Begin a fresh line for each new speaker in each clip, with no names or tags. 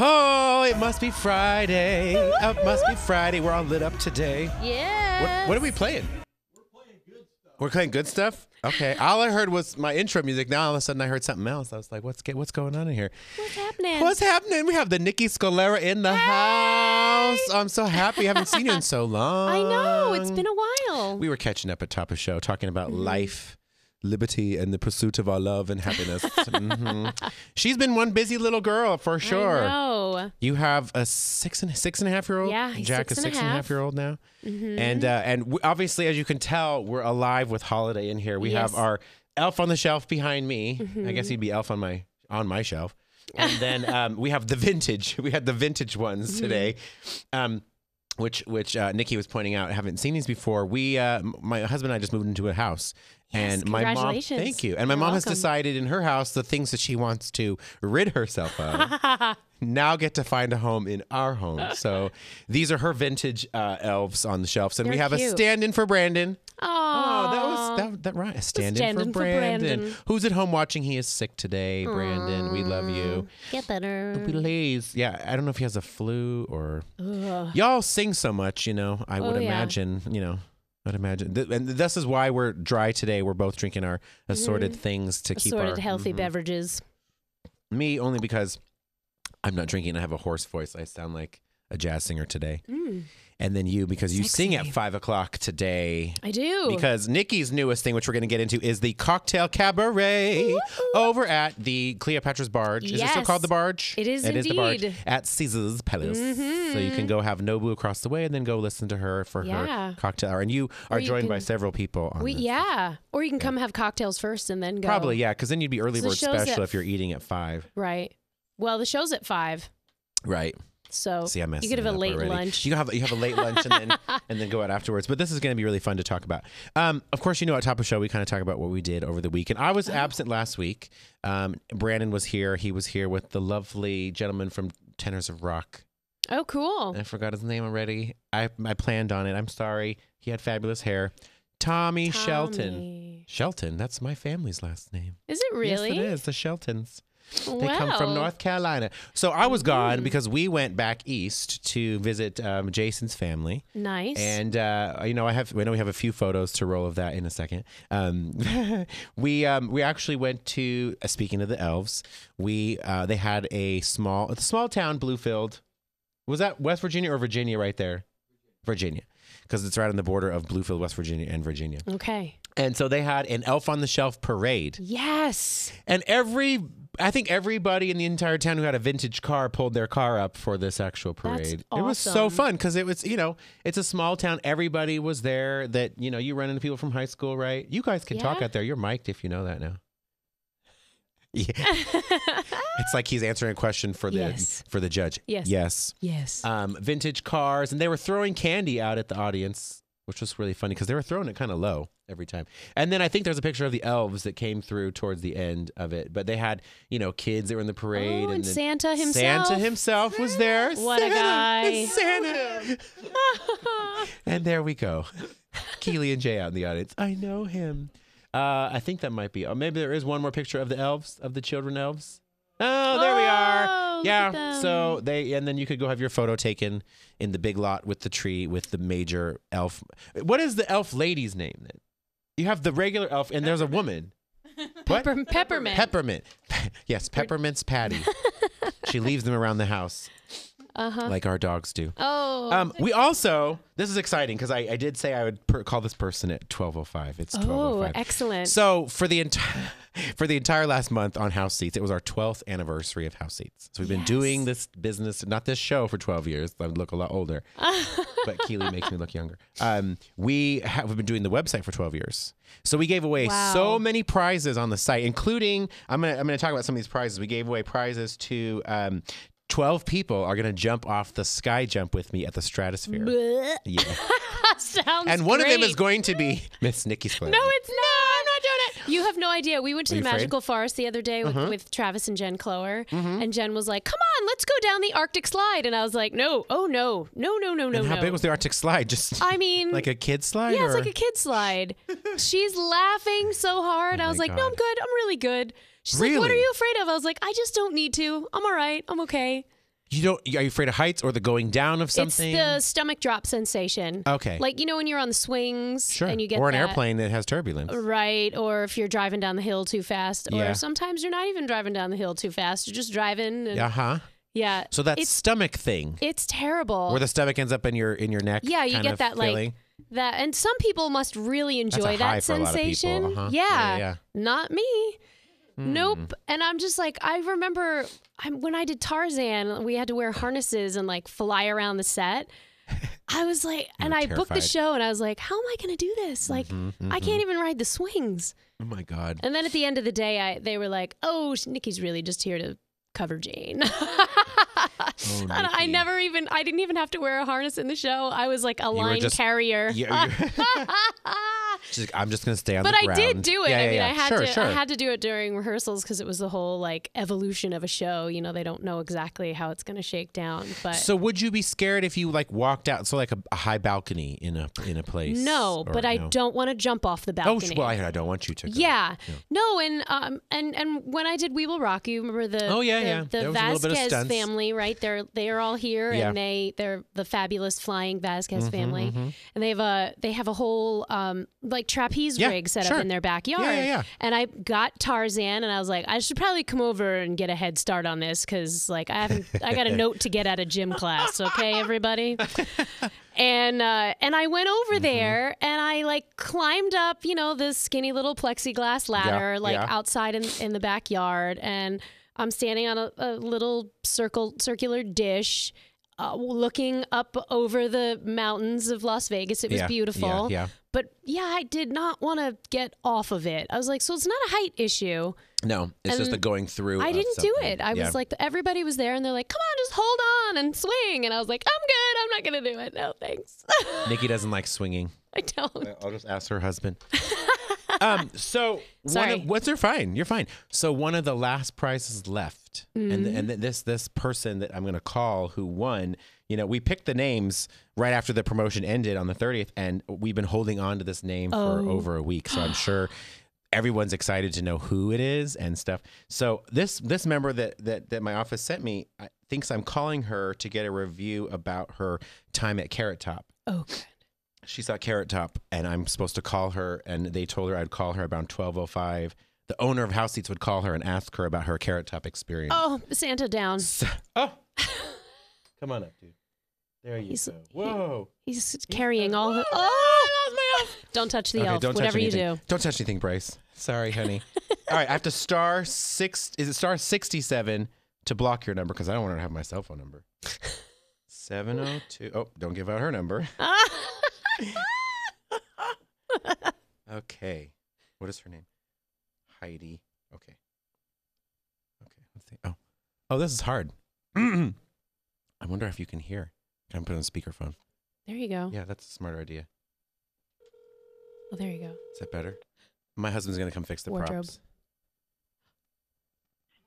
Oh, it must be Friday. Oh, it must be Friday. We're all lit up today.
Yeah.
What, what are we playing? We're playing good stuff. Okay. All I heard was my intro music. Now all of a sudden I heard something else. I was like, "What's get, what's going on in here?
What's happening?
What's happening?" We have the Nikki Scalera in the house. I'm so happy. I haven't seen you in so long.
I know. It's been a Mm-hmm. while.
We were catching up at top of show, talking about life, liberty, and the pursuit of our love and happiness. Mhm. She's been one busy little girl for sure.
No.
You have a six and six and a half year old.
Yeah, he's
Jack
six
is
and a
six and a half
half. Mm-hmm.
year old now, and uh, and w- obviously, as you can tell, we're alive with holiday in here. We have
Yes. Mm-hmm.
our elf on the shelf behind me. I guess he'd be elf on my on my shelf, and then um, we have the vintage. We had the vintage ones
Mm-hmm.
today. Um, which which uh, Nikki was pointing out, I haven't seen these before. We, uh, m- my husband and I, just moved into a house, and my mom,
congratulations.
thank you, and my
You're
mom has
welcome.
decided in her house the things that she wants to rid herself of now get to find a home in our home. So these are her vintage uh, elves on the shelves, and we
They're
have a
cute.
stand-in for Brandon. Oh, that was
Aw.
that that right. A stand-in,
stand-in
for,
for
Brandon.
Brandon.
who's at home watching. He is sick today. Brandon, we love you.
Get better.
Please, yeah. I don't know if he has a flu or
Ugh.
y'all sing so much. You know, I would
Oh, yeah.
imagine. You know. I'd imagine, Th- and this is why we're dry today. We're both drinking our assorted things to keep
Mm-hmm. Assorted
our
healthy
Mhm.
beverages.
Me only because I'm not drinking. I have a hoarse voice. I sound like a jazz singer today. And then you because you sing at
Sexy.
five o'clock today.
I do.
Because Nikki's newest thing, which we're going to get into, is the cocktail cabaret over at the Cleopatra's Barge. Is it still
Yes.
called the Barge?
It is
the Barge
indeed. Mm-hmm.
at Caesar's Palace. So you can go have Nobu across the way and then go listen to her for
Yeah.
her cocktail hour. And you are
you
joined by
can-
several people. On
we,
this.
yeah. Or you can come have cocktails first and then go.
Probably yeah, because then you'd be early
So the
bird
show's at
special if
f-
you're eating at five.
Right. Well, the show's at five.
Right.
So
See, I messed
you could
it
have a
up
late
already.
lunch.
You can have you have a late lunch and then and then go out afterwards. But this is going to be really fun to talk about. Um, of course, you know at top of show we kind of talk about what we did over the weekend. I was absent last week. Um, Brandon was here. He was here with the lovely gentleman from Tenors of Rock.
oh, cool.
I forgot his name already. I I planned on it. I'm sorry. He had fabulous hair. Tommy, Shelton.
Tommy.
Shelton. That's my family's last name.
Is it really?
Yes, it is. The Sheltons. They
Wow.
come from North Carolina. So I was gone because we went back east to visit um, Jason's family.
Nice.
And uh, you know, I have I know we have a few photos to roll of that in a second. Um, we um, we actually went to uh, speaking of the elves, we uh, they had a small a small town Bluefield. Was that West Virginia or Virginia right there? Virginia. Because it's right on the border of Bluefield, West Virginia, and Virginia.
okay.
And so they had an Elf on the Shelf parade.
Yes.
And every, I think everybody in the entire town who had a vintage car pulled their car up for this actual
That's
parade. It was so
awesome.
fun because it was, you know, it's a small town. Everybody was there that, you know, you run into people from high school, right? You guys can talk
Yeah.
out there. You're mic'd if you know that now. Yeah. it's like he's answering a question for the
Yes.
for the judge.
Yes.
Yes.
Yes.
Um, vintage cars, and they were throwing candy out at the audience, which was really funny because they were throwing it kind of low every time. And then I think there's a picture of the elves that came through towards the end of it, but they had you know kids that were in the parade,
Oh, and
then
Santa
Santa
himself.
himself was there.
What a
Santa,
guy.
It's Santa. and there we go. Keely and Jay out in the audience. I know him. Uh, I think that might be. Oh, maybe there is one more picture of the elves, of the children elves. Oh, there we
Oh,
are.
look
Yeah.
at them.
So they, and then you could go have your photo taken in the big lot with the tree with the major elf. What is the elf lady's name then? You have the regular elf, and there's a woman. What?
Pepper- peppermint.
Peppermint. yes, Peppermint's Patty. she leaves them around the house
Uh-huh.
like our dogs do.
Oh.
Um, we also this is exciting because I, I did say I would per- call this person at twelve oh five. It's twelve
oh,
oh five.
excellent.
So for the entire for the entire last month on House Seats, it was our twelfth anniversary of House Seats. So we've been
Yes.
doing this business, not this show, for twelve years. I would look a lot older, but Keely makes me look younger. Um, we have we've been doing the website for twelve years. So we gave away
Wow.
so many prizes on the site, including I'm gonna I'm gonna talk about some of these prizes. We gave away prizes to. Um, 12 people are going to jump off the sky jump with me at the stratosphere.
Bleh.
Yeah.
Sounds
And one of them is
great.
going to be Miss Nikki Square.
No, it's not. I'm not doing it. You have no idea. We went to
Are
the
you afraid? Mm-hmm.
Magical Forest the other day with, with Travis and Jen Clower, and Jen was like, "Come on, let's go down the Arctic slide," and I was like, "No, oh no, no, no, no, no."
And how
no.
big was the Arctic slide? Just
I mean,
like a kid slide?
yeah,
or?
it's like a kid slide. She's laughing so hard. I was
Oh my
like, "No, I'm
God.
good. I'm really good." She's like, "What are
Really?
you afraid of?" I was like, "I just don't need to. I'm all right. I'm okay."
You don't. Are you afraid of heights or the going down of something?
It's the stomach drop sensation.
Okay.
Like you know when you're on the swings
sure.
and you get
or an
that-
airplane that has turbulence.
Right, or if you're driving down the hill too fast, or
Yeah.
sometimes you're not even driving down the hill too fast. You're just driving. And,
Uh huh.
yeah.
So that
it's-
stomach thing,
It's terrible.
where the stomach ends up in your in your neck.
yeah, you
kind
get
of
that like
feeling.
that, and some people must really
That's
enjoy
a high
that
for a lot of people.
sensation.
Uh-huh.
Yeah,
Yeah, yeah. Hmm.
not me. Nope. And I'm just like, I remember i when I did Tarzan, we had to wear harnesses and like fly around the set. I was like, and
were
I booked the
terrified. Mm-hmm,
show, and I was like, how am I going to do this? Like, I can't even ride the swings.
Oh my god.
And then at the end of the day, I they were like, "Oh, sh- Nikki's really just here to cover Jane." And I
Oh, Nikki.
never even I didn't even have to wear a harness in the show. I was like a
were
line
just-
carrier. Ah,
Yeah, you're- she's like, I'm just gonna stay on
uh, but
the
I
ground.
did do it.
Yeah,
I
yeah,
mean,
yeah.
I had
sure,
to
sure.
I had to do it during rehearsals because it was the whole like evolution of a show. You know, they don't know exactly how it's going to shake down, but.
So would you be scared if you like walked out? So like a, a high balcony in a in a place.
no,
or
but I
no?
don't want to jump off the
Oh
balcony.
sh- well, I, I don't want you to. go.
Yeah. No, and um and and when I did We Will Rock You, remember the
Oh, yeah,
the,
yeah.
the
There was a little bit of
Vasquez
stunts.
family, right? They're they are all here
Yeah. Mm-hmm,
and they they're the fabulous flying Vasquez family. And they have a they have a whole um like trapeze
Yeah,
rig set
sure.
up in their backyard.
Yeah, yeah, yeah.
And I got Tarzan and I was like, I should probably come over and get a head start on this cuz like I haven't I got a note to get out of gym class, okay everybody? and uh, and I went over
Mm-hmm.
there and I like climbed up, you know, this skinny little plexiglass ladder like
yeah.
outside in in the backyard, and I'm standing on a, a little circle circular dish. Uh, looking up over the mountains of Las Vegas, it was
Yeah, yeah,
beautiful.
yeah.
But yeah, I did not want to get off of it. I was like, so it's not a height issue.
No, it's just the going through.
I
of
didn't do
something.
it. I
Yeah.
was like, everybody was there, and they're like, come on, just hold on and swing. And I was like, I'm good. I'm not gonna do it. No thanks.
Nikki doesn't like swinging.
I don't.
I'll just ask her husband. um. So one
Sorry.
of, what's her fine? You're fine. So one of the last prizes left, and and this this person that I'm gonna call who won. You know, we picked the names right after the promotion ended on the 30th, and we've been holding on to this name for over a week. So I'm sure everyone's excited to know who it is and stuff. So this this member that that that my office sent me I, thinks I'm calling her to get a review about her time at Carrot Top
Oh, good.
she saw Carrot Top, and I'm supposed to call her, and they told her I'd call her about 12:05. The owner of House Seats would call her and ask her about her Carrot Top experience.
Oh, Santa down.
So- oh. come on up, dude. There you
He's-
go. Whoa.
He's carrying all. the- Oh, don't touch the
Okay,
elf.
don't touch
Whatever you
anything.
do.
Don't touch anything, Bryce. Sorry, honey. All right, I have to star six. Is it star sixty-seven to block your number because I don't want her to have my cell phone number. Seven oh two. Oh, don't give out her number.
Ah!
Okay. What is her name? Heidi. Okay. Okay. Let's see. Oh. Oh, this is hard. I wonder if you can hear. Can I put it on speakerphone?
There you go.
Yeah, that's a smarter idea.
Oh, there you go.
Is that better? My husband's gonna come fix the
Wardrobe.
props.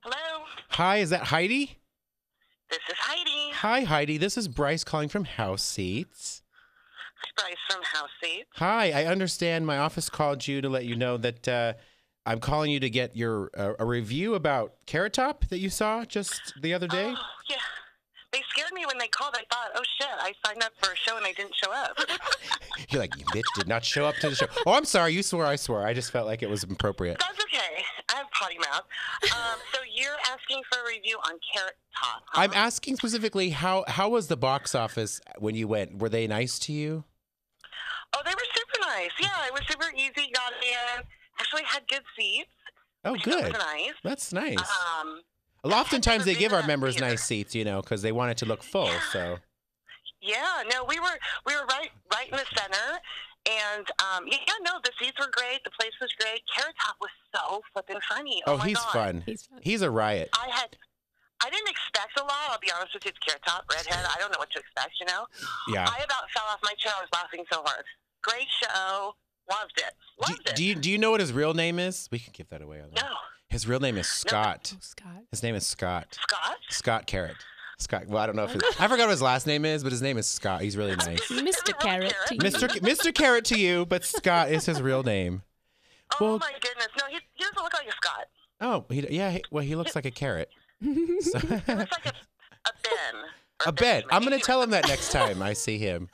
Hello,
Hi, is that Heidi?
this is Heidi.
Hi, Heidi. This is Bryce calling from House Seats.
Hi, Bryce from House Seats.
Hi, I understand my office called you to let you know that uh, I'm calling you to get your uh, a review about Carrot Top that you saw just the other day.
Oh, yeah. They scared me when they called. I thought, oh shit, I signed up for a show and I didn't show up.
You're like, you bitch did not show up to the show. Oh, I'm sorry. You swore. I swore. I just felt like it was appropriate.
That's okay. I have potty mouth. Um, so you're asking for a review on Carrot Top. huh?
I'm asking specifically how how was the box office when you went? Were they nice to you?
oh, they were super nice. Yeah, it was super easy. Got in. Actually, had good seats.
Oh,
which
good.
Was nice.
That's nice.
Um,
Well, Oftentimes they give our members
Here.
nice seats, you know, because they want it to look full. So
Yeah, no, we were we were right right in the center, and um, yeah, no, the seats were great, the place was great. Carrot Top was so flipping funny. Oh,
oh,
my
he's
God.
fun.
He's fun.
He's a riot.
I had I didn't expect a lot. I'll be honest with you, it's Carrot Top, redhead. I don't know what to expect. You know,
Yeah.
I about fell off my chair. I was laughing so hard. Great show, loved it,
Do,
loved it.
do you do you know what his real name is? We can give that away. On
no,
that. His real name is Scott.
Oh, Scott.
His name is Scott.
Scott.
Scott Carrot. Scott. Well, I don't know if his, I forgot what his last name is, but his name is Scott. He's really nice.
Is
Mr.
it really
Carrot.
Carrot?
to you.
Mr. Ca- Mr. Carrot to you, but Scott is his real name.
Oh
Well-
my goodness, no, he, he doesn't look like a Scott.
Oh, he, yeah. He, well, he looks like a carrot. So-
He looks like a a Ben. or
A bet.
Benjamin.
I'm gonna tell him that next time I see him.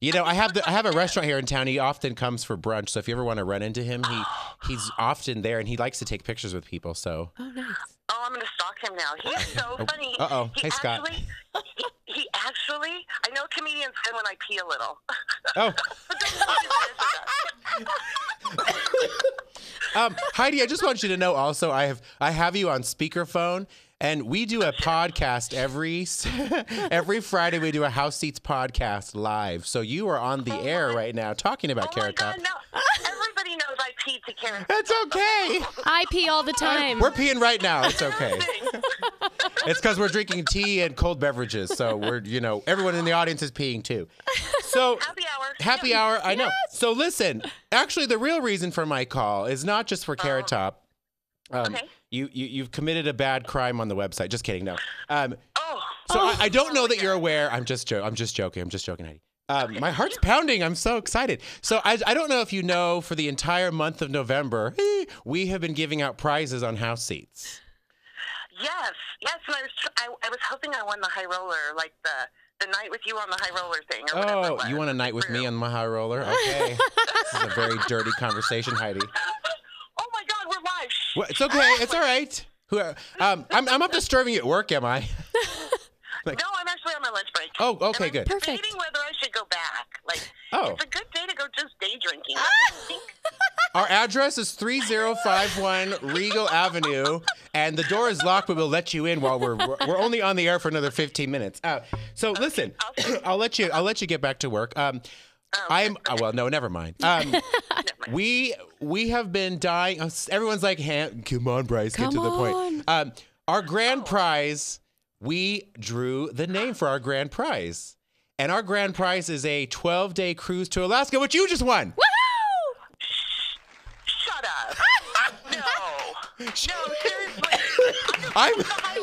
You know, I have the I have a restaurant here in town. He often comes for brunch, so if you ever want to run into him, he he's often there and he likes to take pictures with people. So
Oh, nice.
Oh, I'm gonna stalk him now. He's so funny.
Oh, uh-oh.
He
Hey, Scott.
actually, He, he actually, I know comedians sin when I pee a little.
oh,
But don't worry, this is us.
um, Heidi, I just want you to know also I have I have you on speakerphone. And we do a podcast every s- every Friday. We do a House Seats podcast live. So you are on the air right now talking
oh
about
my
Carrot Top.
God, no. Everybody knows I pee to Karen.
That's okay.
I pee all the time.
We're peeing right now. It's okay. It's because we're drinking tea and cold beverages. So we're, you know, everyone in the audience is peeing too. So
Happy hour.
happy hour. I know. So listen, actually, the real reason for my call is not just for Carrot Top. Um,
Uh-huh. Okay.
you, you, you've committed a bad crime on the website. Just kidding. No. Um,
Oh,
so I, I don't know that you're aware. I'm just jo- I'm just joking. I'm just joking, Heidi. Um, my heart's pounding. I'm so excited. So I, I don't know if you know, for the entire month of November, we have been giving out prizes on house seats.
yes, yes. And I was, tr- I, I was hoping I won the high roller, like the the night with you on the high roller thing. Or whatever it
Oh,
was.
you want a night with me on my high roller? Okay. this is a very dirty conversation, Heidi.
Oh my God, we're live. Shh.
Well, it's okay. It's all right. Who- Um, I'm, I'm not disturbing you at work, am I?
No, I'm actually on my lunch break.
Oh, okay,
and I'm
good.
Perfect.
Debating whether I should go back. Like,
Oh.
it's a good day to go just day drinking. Don't you think?
Our address is 3051 Regal Avenue, and the door is locked, but we'll let you in while we're we're only on the air for another 15 minutes. Uh, so listen, I'll let you I'll let you get back to work. Um, I'm oh, well, no, never mind. Um, we we have been dying. uh, Everyone's like, "Han- come on, Bryce, get
Come
to the
on.
point. Um, our grand prize, we drew the name for our grand prize. And our grand prize is a 12 day cruise to Alaska, which you just won.
Shut up. no. No, seriously.
I'm,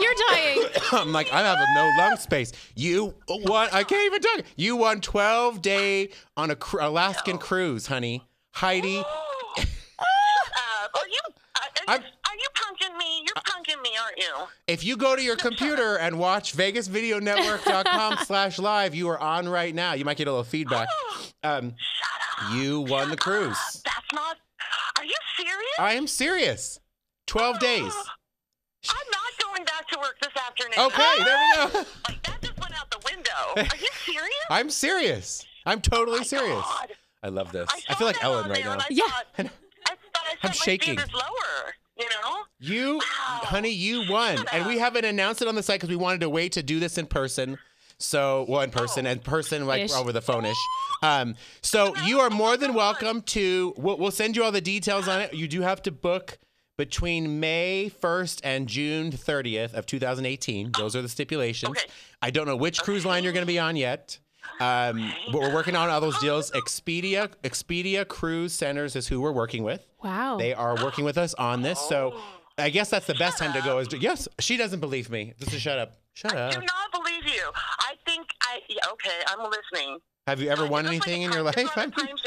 You're dying.
I'm like, I have no lung space. You won. I can't even talk. You won 12 day on a cru- Alaskan cruise, honey. Heidi,
Oh. Shut up. Are you, uh, are,
I'm-
you are you punking me? You're punking me, aren't you?
if you go to your computer and watch vegasvideonetwork.com slash live, you are on right now. You might get a little feedback. Um, you won the cruise.
That's not. Are you serious?
I am serious. 12 days.
I'm not going back to work this afternoon.
Okay, there we go.
Like, that just went out the window. Are you serious?
I'm serious. I'm totally serious.
God.
I love this. I
saw
feel like
that
Ellen
on
right
there
now.
and
Yeah.
I Thought, I thought I set
I'm
my
shaking.
standards lower. You know.
You, honey, you won, and we haven't announced it on the site because we wanted to wait to do this in person. So, well, in person, and person like
Ish.
over the phone ish. Um, so you are more than welcome to. We'll, we'll send you all the details on it. You do have to book between May first and June thirtieth of 2018. Those are the stipulations.
Okay.
I don't know which cruise line you're going to be on yet. Um, but we're working on all those deals. Expedia, Expedia Cruise Centers is who we're working with.
Oh.
Wow.
They are working with us on this, so I guess that's the best time to go. Is yes, she doesn't believe me. Just shut up. Shut up.
Do not believe you. I think I. Yeah, okay, I'm listening.
Have you ever won
This is
anything in
like a
your
time-
life?
This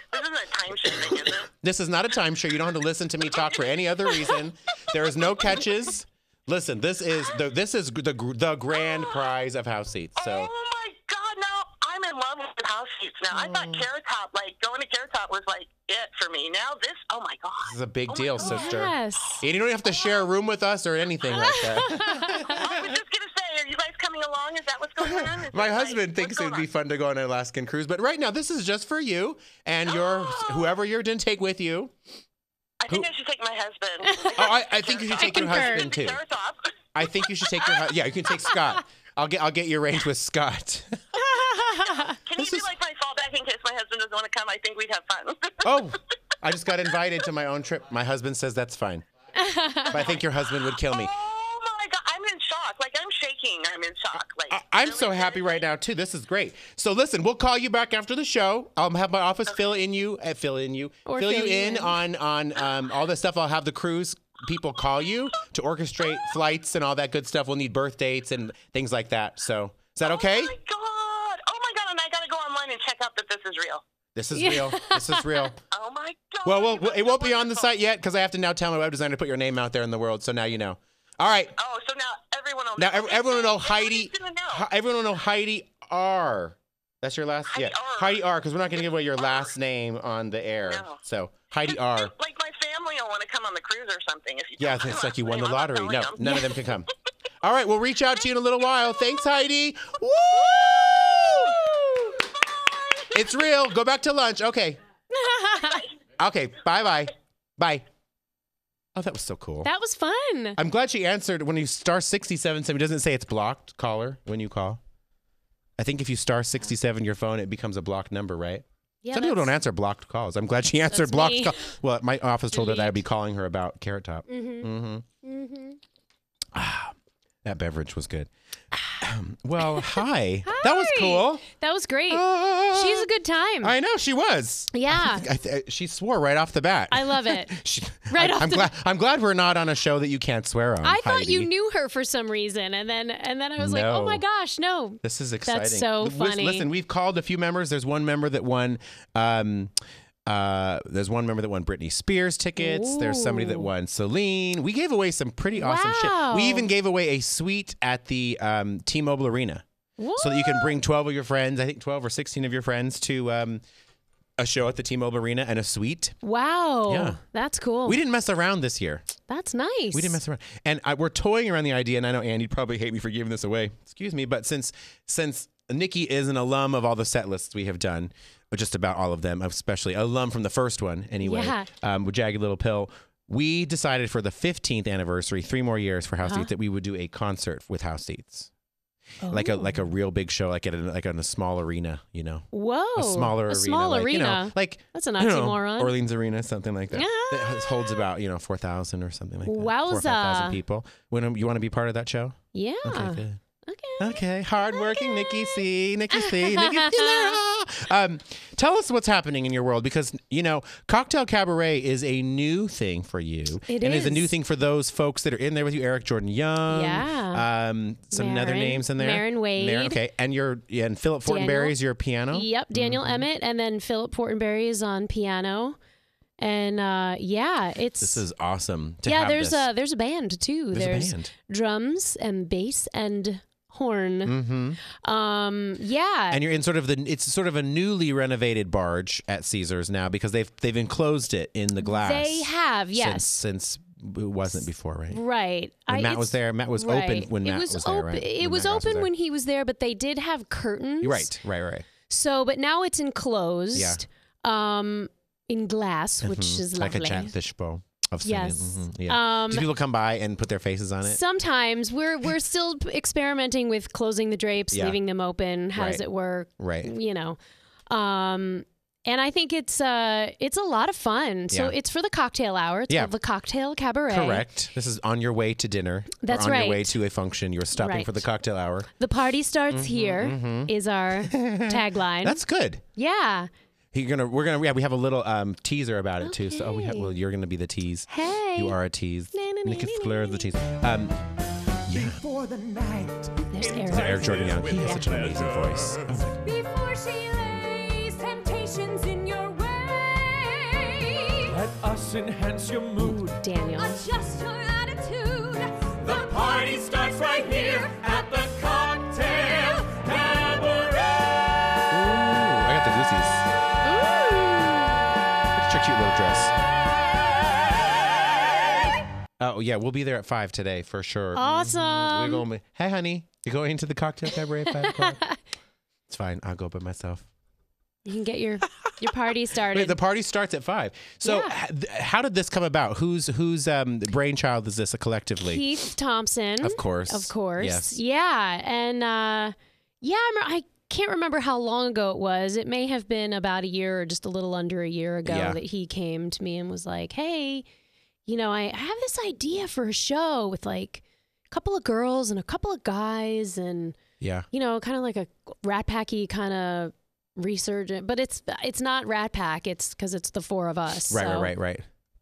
isn't a timeshare thing. This isn't a timeshare thing, is it?
This is not a timeshare. You don't have to listen to me talk for any other reason. There is no catches. Listen, this is the this is the the grand prize of house seats. So
Oh my God! Now I'm in love with house seats. Now I
Oh.
thought Carrot Top, like going to Carrot Top, was like it for me. Now this, oh my
this
God! Oh
is a big deal, sister.
Yes.
And you don't have to share a room with us or anything like that.
I was just gonna say, are you guys coming along? Is that what's going on? Is
My
it, like,
husband thinks
what's
it'd be
going
fun to go on an Alaskan cruise, but right now this is just for you and your whoever you didn't take with you.
on? I think I should take my husband.
Oh, I, I think you should take your
concur.
husband too.
Carrot Top.
I think you should take your. hu- Yeah, you can take Scott. I'll get. I'll get you arranged with Scott.
Can
This
you
is-
be like my fallback in case my husband doesn't want to come? I think we'd have fun.
Oh, I just got invited to my own trip. My husband says that's fine, but I think your husband would kill me.
Oh my God! I'm in shock. Like I'm shaking. I'm in shock. Like
I- I'm
really
so happy
seriously.
right now too. This is great. So listen, we'll call you back after the show. I'll have my office fill in you, uh, fill in you,
Or
fill you in, on on um, all the stuff. I'll have the cruise people call you to orchestrate flights and all that good stuff. We'll need birth dates and things like that. So is that okay?
Oh my god! Oh my god! And I gotta go online and check out that this is real.
This is real. This is real.
Oh my god!
Well,
you
well,
guys
it
are
won't be on the
wonderful.
site yet because I have to now tell my web designer to put your name out there in the world. So now you know. All right.
Oh, so now everyone will
Now
know.
ev- everyone will know
Nobody's
Heidi.
gonna know.
Hi- Everyone will know Heidi R. That's your last.
Heidi
yeah,
R.
Heidi R. Because we're not going to give away your
R.
last name on the air.
No.
So Heidi
Just
R.
think, Like my family will want to come on the cruise or something. If you
uh, Yeah,
tell them
it's
my
like you won
name,
the
I'm not
lottery. No,
telling
none
them.
of them can come. All right, we'll reach out to you in a little while. Thanks, Heidi. Woo! It's real. Go back to lunch. Okay. Okay. Bye bye. Bye. Oh, that was so cool.
that was fun.
I'm glad she answered when you star 67 somebody doesn't say it's blocked caller when you call. I think if you star 67 your phone it becomes a blocked number, right?
Yeah,
Some people
that's-
don't answer blocked calls. I'm glad she answered
that's
blocked
me.
calls. Well, my office told her that I'd be calling her about Carrot Top.
Mhm.
Mm-hmm. Ah,
Mhm.
That beverage was good. Um, well, hi. That was
Hi.
cool.
That was great.
Ah.
She's a good time.
I know she was.
yeah.
I th- uh, she swore right off the bat.
I love it.
She-
Right
I,
off
am
the-
glad. I'm glad we're not on a show that you can't swear on.
I thought you
Heidi.
knew her for some reason, and then and then I was like,
No.
oh my gosh, no.
This is exciting.
so
L- lis-
funny.
Listen, we've called a few members. There's one member that won. Um, uh, there's one member that won Britney Spears tickets. There's somebody that
Ooh.
won Celine. We gave away some pretty awesome
Wow.
shit. We even gave away a suite at the um, T-Mobile Arena
What?
so that you can bring 12 of your friends. I think 12 or 16 of your friends to um, a show at the T-Mobile Arena and a suite.
wow.
Yeah.
That's cool.
We didn't mess around this year.
That's nice.
We didn't mess around, and I, we're toying around the idea. And I know Andy'd probably hate me for giving this away. Excuse me, but since since Nikki is an alum of all the set lists we have done, or just about all of them, especially alum from the first one anyway,
Yeah.
um, with Jagged Little Pill. We decided for the 15th anniversary, three more years for House
Uh-huh.
Seats, that we would do a concert with House Seats, like a like a real big show, like at a, like in a small arena, you know,
Whoa.
a smaller
Oh, A
arena,
small
like, you know,
arena.
like
That's an
I don't know,
oxymoron.
Orleans Arena, something like that.
Yeah.
That holds about you know four thousand or something like that. Four or
Wowza.
5,000 people. When you want to be part of that show?
yeah.
Okay, good.
Okay.
Okay, hardworking
Okay. Uh-huh.
Nikki C, Nikki C, Nikki Figueroa. Um, tell us what's happening in your world because you know cocktail cabaret is a new thing for you,
It
and is a new
is.
thing for those folks that are in there with you, Eric Jordan Young,
Yeah.
um, some other
Maren-
names in there,
Maren Wade.
Maren- okay, and your yeah, and Philip
Daniel.
Fortenberry is your piano,
Yep. Daniel
mm-hmm.
Emmett and then Philip Portenberry is on piano. And uh, yeah, it's
This is awesome. To
yeah,
have
there's
this.
a there's a band too.
There's a
There's,
band.
drums and bass and horn.
Mm-hmm.
Um yeah.
and you're in sort of the it's sort of a newly renovated barge at Caesars now because they've they've enclosed it in the glass.
They have, yes.
Since, since it wasn't before, right? When
right. I-
Matt
it's-
was there. Matt was
right.
open when
it
Matt
was,
was, there,
open.
right?
It
When
was
Matt Goss
open
there.
when he was there, but they did have curtains.
You're Right, right, right.
So, but now it's enclosed. Um in glass, which
Mhm.
is
like
lovely.
a giant fishbowl of singing.
Yes.
Mhm, Yeah.
Um
Do people come by and put their faces on it?
Sometimes we're we're still p- experimenting with closing the drapes,
Yeah.
leaving them open. How does
Right.
it work?
right.
You know, um, and I think it's uh it's a lot of fun. So
Yeah.
it's for the cocktail hour. It's
Yeah.
called the cocktail cabaret.
Correct. This is on your way to dinner.
That's
or on your way
right.
to a function. You're stopping for
Right.
the cocktail hour.
The party starts here. Is our tagline.
Mm-hmm, That's good.
yeah.
You're gonna we're gonna yeah we have a little um teaser about it too. So oh, we have, well you're gonna be the tease.
Hey.
You are a tease.
Na, na, na,
Nick
na, na,
Fleur is the tease. Um,
Before the night.
There's
is
Eric.
Eric Jordan Young. He has such an amazing voice. Oh my-
Before she lays temptations in your way,
Let us enhance your mood.
Daniel.
adjust your attitude.
The party starts right here at the cocktail
Ooh,
cabaret.
I got the goosies. Look at your cute little dress. Oh yeah, we'll be there at five today for sure. We're
Awesome.
going. with- Hey honey, you're going to the cocktail cabaret at five o'clock. It's fine. I'll go by myself.
You can get your your party started.
Wait, the party starts at five. So,
Yeah.
h- th- how did this come about? Whose whose um, brainchild is this collectively?
Keith Thompson.
Of course.
Of course.
Yes.
Yeah. And uh, yeah, I'm, I can't remember how long ago it was. It may have been about a year or just a little under a year ago
Yeah.
that he came to me and was like, hey, you know, I, I have this idea for a show with like a couple of girls and a couple of guys and,
Yeah.
you know, kind of like a rat packy kind of resurgent but it's it's not rat pack it's because it's the four of us
Right.
so-
Right. Right. Right.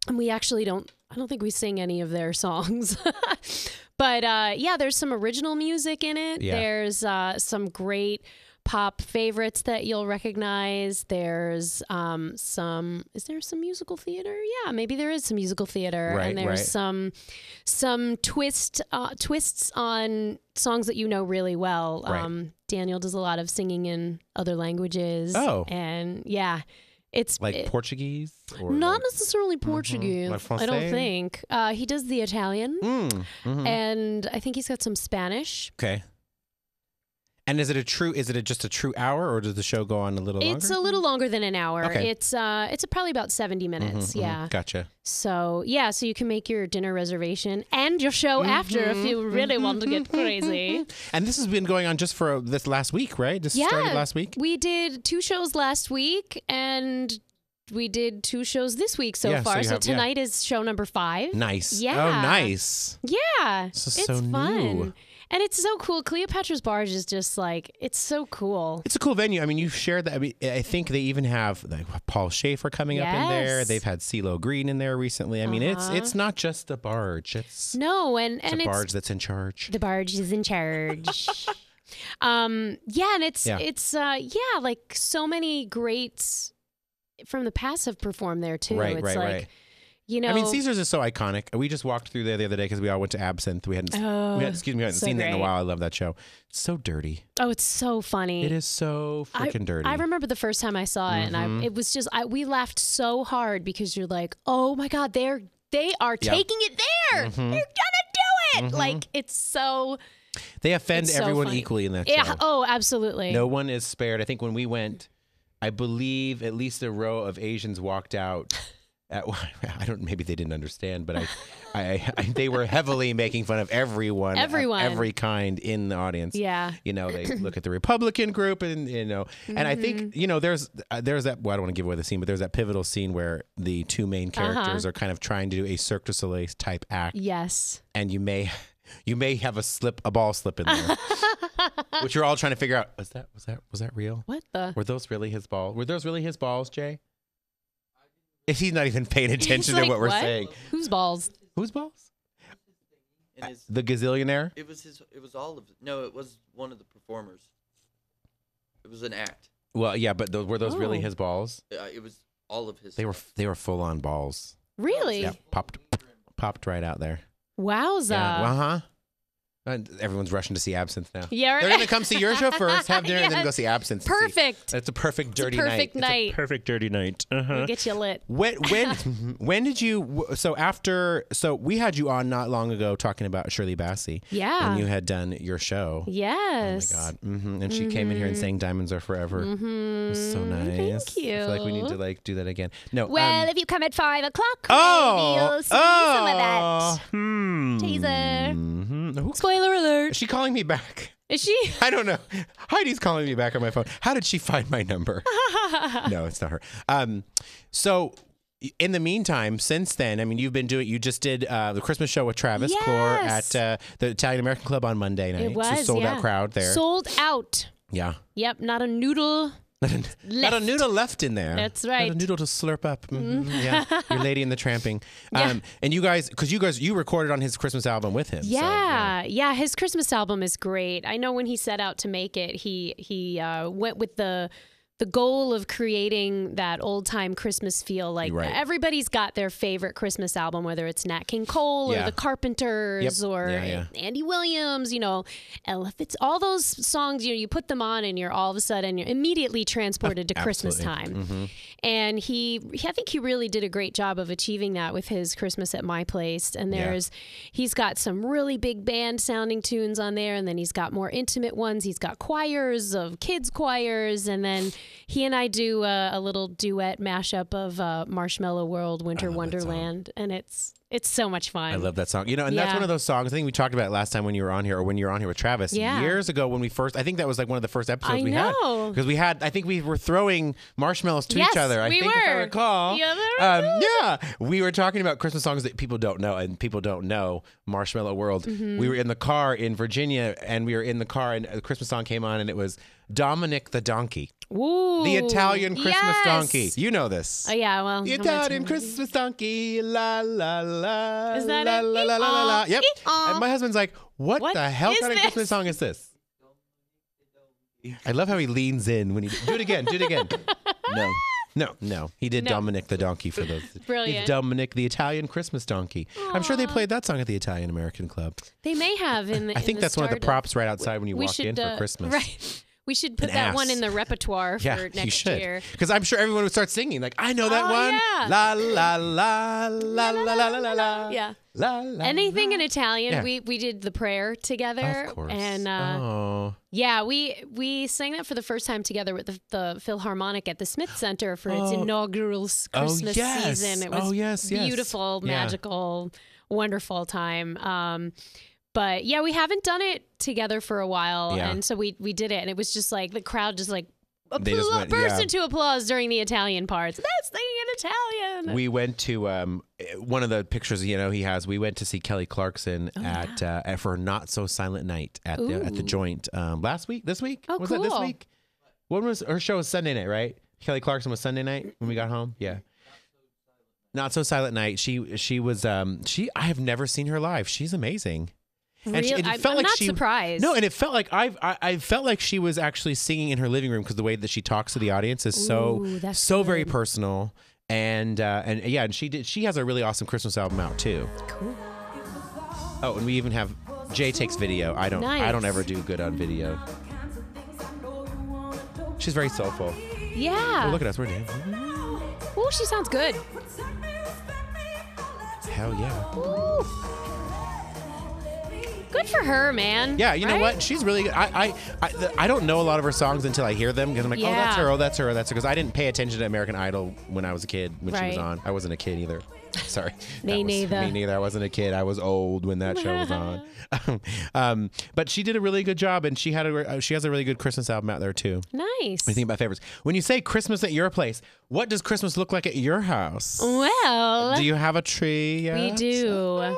and we actually don't i don't think we sing any of their songs but uh, yeah there's some original music in it
Yeah.
there's uh, some great pop favorites that you'll recognize. There's um, some. Is there some musical theater? Yeah, maybe there is some musical theater,
Right,
and there's
right.
some some twist uh, twists on songs that you know really well.
Right.
Um, Daniel does a lot of singing in other languages.
Oh.
and yeah, it's
Like
it-
Portuguese or
not
like-
necessarily Portuguese.
Like
I don't
Francais?
think uh, he does the Italian,
Mm, mhm.
Eh. and I think he's got some Spanish.
Okay. And is it a true? Is it a, just a true hour, or does the show go on a little
It's a
longer?
little longer than an hour.
Okay.
It's uh, it's probably about seventy
Mhm,
minutes.
mhm.
Yeah.
Gotcha.
So yeah, so you can make your dinner reservation and your show
Mm-hmm,
after if you really want to get crazy.
And this has been going on just for uh, this last week, right? This
yeah.
started last week.
We did two shows last week and. We did two shows this week so
Yeah, so
far.
you
So,
have- yeah.
tonight is show number five.
Nice. Oh,
Yeah.
nice.
Yeah.
This is
it's
so new.
fun. And it's so cool. Cleopatra's Barge is just like, it's so cool.
It's a cool venue. I mean, you've shared that. I mean, I think they even have like, Paul Schaefer coming up in there.
Yes.
They've had CeeLo Green in there recently. I mean,
Uh-huh.
it's it's not just the barge. It's,
No, and,
it's
and
a
it's
barge that's in charge.
the barge is in charge. um, yeah, and it's
Yeah.
it's uh yeah, like so many greats from the past have performed there too.
right,
it's
right,
like
right.
you know
I mean, Caesars is so iconic. We just walked through there the other day because we all went to Absinthe. We hadn't,
Oh,
we had, excuse me, we hadn't
so
seen that in a
great.
while. I love that show. It's so dirty.
Oh, it's so funny.
It is so
I-
freaking dirty.
I remember the first time I saw it,
Mm-hmm.
and I, it was just I, we laughed so hard because you're like, oh my god, they're they are
Yeah. Mm-hmm.
taking it there. They're gonna do it. Like it's so
they offend
it's so
everyone
funny.
equally in that show.
yeah. Oh, absolutely.
No one is spared. I think when we went, I believe at least a row of Asians walked out. At, I don't. Maybe they didn't understand, but I, I, I, they were heavily making fun of everyone, of
Everyone.
every kind in the audience.
Yeah.
You know, they look at the Republican group, and you know, and I think you know, there's uh, there's that. Well, I don't want to give away the scene, but there's that pivotal scene where the two main characters are kind of trying to do a Cirque du Soleil type act,
Yes.
and you may you may have a slip a ball slip in there which you're all trying to figure out was that was that was that real
What the?
were those really his balls were those really his balls jay if he's not even paying attention
like,
to what we're
what?
saying
Whose balls?
whose balls
And his,
the gazillionaire
it was his. It was all of. No, it was one of the performers. It was an act.
well yeah but those, were those really
Oh.
his balls
Uh, it was all of his.
they were they were full on balls
Really?
yeah popped popped right out there
Wowza.
yeah well, huh and everyone's rushing to see absinthe now
Yeah,
they're
right.
gonna come see your show first have dinner and then
Yes.
go see absinthe to see-
Perfect.
It's a perfect dirty
perfect
night.
night.
It's a perfect dirty night. Uh-huh.
We'll get you lit.
When when when did you w- so after so we had you on not long ago talking about Shirley Bassey
Yeah.
when you had done your show.
Yes. Mm-hmm.
Oh my god. hmm And she came in here and sang Diamonds Are Forever. It was so nice. I feel like we need to
you.
like do that again. No.
Mm-hmm. Well,
um,
if you come at five o'clock,
oh.
maybe you'll see some of
oh.
that.
Hmm.
Teaser.
Mhm. Who-
Spoiler alert.
Is she calling me back?
Is she?
I don't know. Heidi's calling me back on my phone. How did she find my number? no, it's not her. Um, so in the meantime, since then, I mean, you've been doing. You just did uh, the Christmas show with Travis Clore
Yes.
at uh, the Italian American Club on Monday night.
It was
so sold out
yeah.
crowd there.
Sold out.
yeah.
Yep, not a noodle.
Not a noodle left in there.
That's
Not a
right. Mm-hmm.
noodle to slurp up. Mhm, Yeah, your lady in the tramping. Um, And you guys, because you guys, you recorded on his Christmas album with him. so,
Yeah, yeah, his Christmas album is great. I know when he set out to make it, he he uh, went with the the goal of creating that old time Christmas feel. Like
Right.
everybody's got their favorite Christmas album, whether it's Nat King Cole
Yeah.
or The Carpenters
Yep.
or
Yeah, yeah.
Andy Williams. You know, Ella Fitz. All those songs. You know, you put them on, and you're all of a sudden you're immediately transported to Christmas
absolutely. Mm-hmm.
time and he i think he really did a great job of achieving that with his christmas at my place and
Yeah.
there's he's got some really big band sounding tunes on there and then he's got more intimate ones he's got choirs of kids choirs and then he and i do a, a little duet mashup of uh, marshmallow world winter wonderland and it's it's so much fun
I love that song. You know, and that's
Yeah.
one of those songs. I think we talked about it last time when you were on here, or when you were on here with Travis
Yeah.
years ago when we first. I think that was like one of the first episodes
I
we had
know.
because we had. I think we were throwing marshmallows to
Yes,
each other. I
we
think if I
were.
recall.
Yeah, that
um, yeah, we were talking about Christmas songs that people don't know, and people don't know Marshmallow World.
Mm-hmm.
We were in the car in Virginia, and we were in the car, and a Christmas song came on, and it was Dominic the Donkey,
Ooh.
the Italian Christmas
Yes.
donkey. You know this.
oh yeah well
The
how much-
Italian Christmas donkey, la la la.
Is that
la,
it?
La la la la la.
Ee-aw,
Yep.
ee-aw.
And my husband's like, "What,
What
the hell
is
kind of
this?"
Christmas song is this?" I love how he leans in when he do it again. Do it again.
No.
No, no, he did
No.
Dominic the donkey for those.
Brilliant.
Dominic the Italian Christmas donkey. I'm sure they played that song at the Italian American Club.
They may have in the.
I
in
think that's one of the
Stardust.
props right outside when you
we
walk
should,
in for
uh,
Christmas.
Right. We should put
An
that one
ass.
in the repertoire for
Yeah,
next
you should.
year.
Because I'm sure everyone would start singing like, I know that
Oh,
one.
yeah.
La la la la la la la la la.
Yeah.
La la.
Anything in Italian.
Yeah.
We we did the prayer together.
Of course.
And uh,
oh.
yeah, we we sang that for the first time together with the, the Philharmonic at the Smith Center for its
Oh.
inaugural s-
Oh,
Christmas
yes.
season. It was
Oh, yes, yes.
beautiful,
Yeah.
magical, wonderful time. Um, but yeah, we haven't done it together for a while,
Yeah.
and so we we did it, and it was just like the crowd just like.
They just
appla-
went-
burst
yeah.
into applause during the Italian parts. That's singing in Italian.
We went to um, one of the pictures you know he has. We went to see Kelly Clarkson
Oh,
at, uh, at for Not So Silent Night at the at the
Ooh.
joint um, last week. This week
Oh,
was that this
cool.
week? When was her show? Was Sunday night, right? Kelly Clarkson was Sunday night when we got home. Yeah. Not so silent night. She she was um she I have never seen her live. She's amazing. And she-
Real-
and
I'm- I'm not surprised.
No, and it felt like I've, I I felt like she was actually singing in her living room because the way that she talks to the audience is
Ooh,
so
that's
so very
good.
personal and uh, and yeah, and she did she has a really awesome Christmas album out too.
Cool.
Oh, and we even have Jay takes video. I don't I don't
Nice.
ever do good on video. She's very soulful.
Yeah.
Oh, look at us, we're dancing.
Ooh, she sounds good.
Hell yeah.
Ooh. Good for her, man.
Yeah, you know
Right?
what? She's really good. I I, I, th- I don't know a lot of her songs until I hear them because I'm like, oh, that's
Yeah.
her, oh, that's her, oh, that's her. Because I didn't pay attention to American Idol when I was a kid when she was
Right.
on. I wasn't a kid either. Sorry.
Me
That was-
neither.
Me neither. I wasn't a kid. I was old when that show was on. um, but she did a really good job, and she had a re- uh, she has a really good Christmas album out there too.
Nice.
I think about favorites. When you say Christmas at your place, what does Christmas look like at your house?
well, uh,
Do you have a tree?
we
yet?
do.
Oh, no.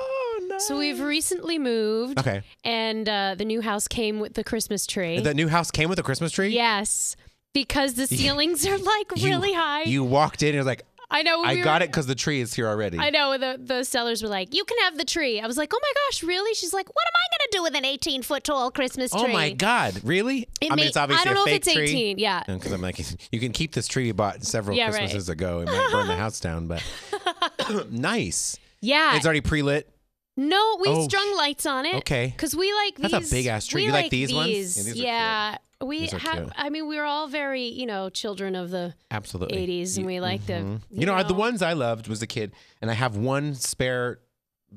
So we've recently moved.
Okay.
And uh, the new house came with the Christmas tree.
The new house came with a Christmas tree.
yes. Because the ceilings are like
You-
really high.
You walked in and it was like,
I know.
I
we
got
were-
it because the tree is here already.
I know the the sellers were like, "You can have the tree." I was like, "Oh my gosh, really?" She's like, "What am I gonna do with an 18 foot tall Christmas tree?"
Oh my God, really? I
It
mean,
may-
it's obviously
I don't
a
know if
fake
it's 18.
tree.
Yeah.
Because I'm like, you can keep this tree you bought several
Yeah, right.
Christmases ago. It might burn the house down, but nice.
Yeah.
It's already pre lit.
No, we
Oh,
strung lights on it.
okay.
Because we like these.
That's a big-ass tree.
We
You like these ones? Yeah,
these.
these are cute.
Yeah. We
These are
have.
cute.
I mean, we were all very, you know, children of the
Absolutely.
80s, and we like the. You,
mm-hmm. You know, I- the ones I loved was a kid, and I have one spare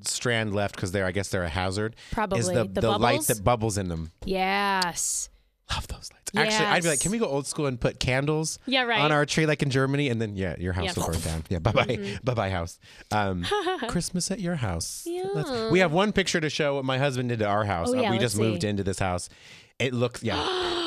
strand left because they're, I guess, they're a hazard. Is
Probably.
the,
The
light
bubbles?
that bubbles in them.
Yes.
Love those lights. Actually, I'd be like,
Yes.
can we go old school and put candles
Yeah, right.
on our tree like in Germany? And then, yeah, your house
Yeah. Mm-hmm.
will burn down. Yeah, bye bye. Bye bye, house. Um, Christmas at your house. That's- we have one picture to show what my husband did to our house.
Oh,
Uh,
yeah,
we
let's
just moved
see.
into this house. It looks, yeah.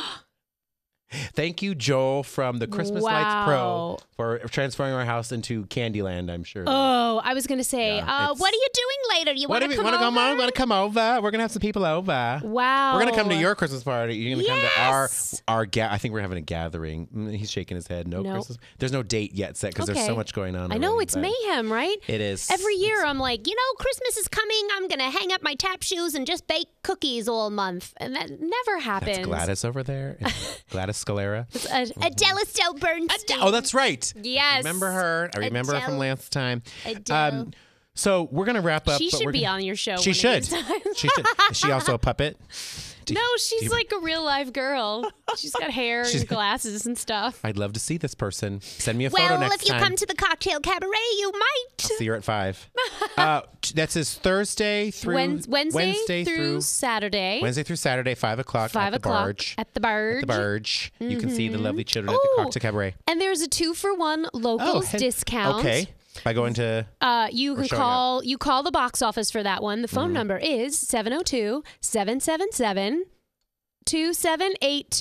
Thank you, Joel from the Christmas Lights Pro,
Wow.
for transferring our house into Candyland, I'm sure.
Oh, I was gonna say.
Yeah,
uh,
it's-
what are you doing later? You
what
want
do
to
we
come
wanna come
over?
on? Want to come over? We're gonna have some people over.
Wow.
We're gonna come to your Christmas party. You're gonna come to our
Yes!
our ga- I think we're having a gathering. Mm, He's shaking his head. No
No.
Christmas. There's no date yet set because there's so
Okay.
much going on.
I know
already,
it's
but
mayhem, right?
It is
Every year, I'm like, you know, Christmas is coming. I'm gonna hang up my tap shoes and just bake cookies all month, and that never happens.
That's Gladys over there. and Gladys Scalera.
A- Adele Estelle Bernstein.
Oh, that's right.
Yes.
Remember her? I remember her from
Adele.
last time. Um,
Adele.
so we're gonna wrap up.
She
but
should
we're
be
gonna-
on your show.
She
one of
should.
these times.
she should. Is she also a puppet? Do-
No,
do
she's
you-
like a real live girl. She's got hair
She's-
and glasses and stuff.
I'd love to see this person. Send me a photo
Well,
next
if you
time.
come to the cocktail cabaret, you might.
See her at five. Uh, t- that's his Thursday through
Wednes- Wednesday, through,
through
Saturday.
Wednesday through Saturday, five o'clock.
five
at
o'clock
the barge.
at the barge. Mm-hmm.
At the barge. You can see the lovely children
Ooh.
at the Cocktail Cabaret.
And there's a two for one locals
heck-
discount.
Oh, Okay. By going to
Uh, you can
showing up. Mm-hmm.
call you call the box office for that one. The phone number is 702-777-2782.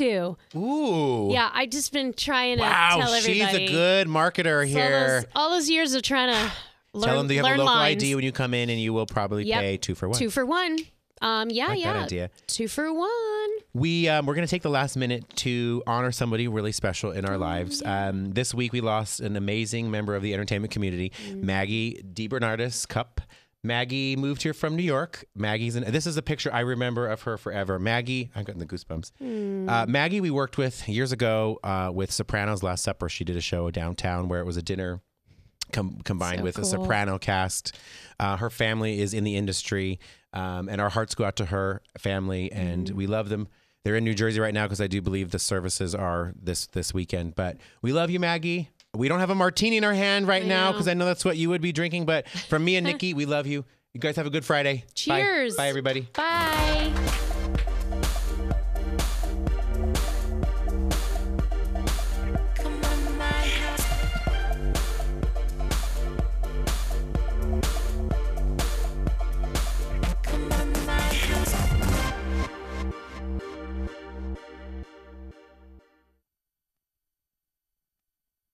ooh.
Yeah, I just been trying to
Wow,
tell
she's
everybody.
a good marketer
So all those-
here.
All those, years of trying to learn,
Tell them that you have
learn
a local
lines.
ID when you come in, and you will probably
Yep.
pay two for one.
Two for one. Um, yeah,
like
yeah.
that idea.
Two for one.
We um, we're gonna take the last minute to honor somebody really special in our lives. Um, this week we lost an amazing member of the entertainment community, Maggie DeBernardis Cup. Maggie moved here from New York. Maggie's in, this is a picture I remember of her forever. Maggie, I'm getting the goosebumps. Uh, Maggie, we worked with years ago uh, with Sopranos Last Supper. She did a show downtown where it was a dinner com- combined
So
with a
cool.
soprano cast. Uh, her family is in the industry, um, and our hearts go out to her family, and
Mm-hmm.
we love them. They're in New Jersey right now because I do believe the services are this this weekend. But we love you, Maggie. We don't have a martini in our hand right
I
now
know.
because I know that's what you would be drinking. But from me and Nikki, we love you. You guys have a good Friday. Bye.
Cheers.
Bye everybody.
Bye.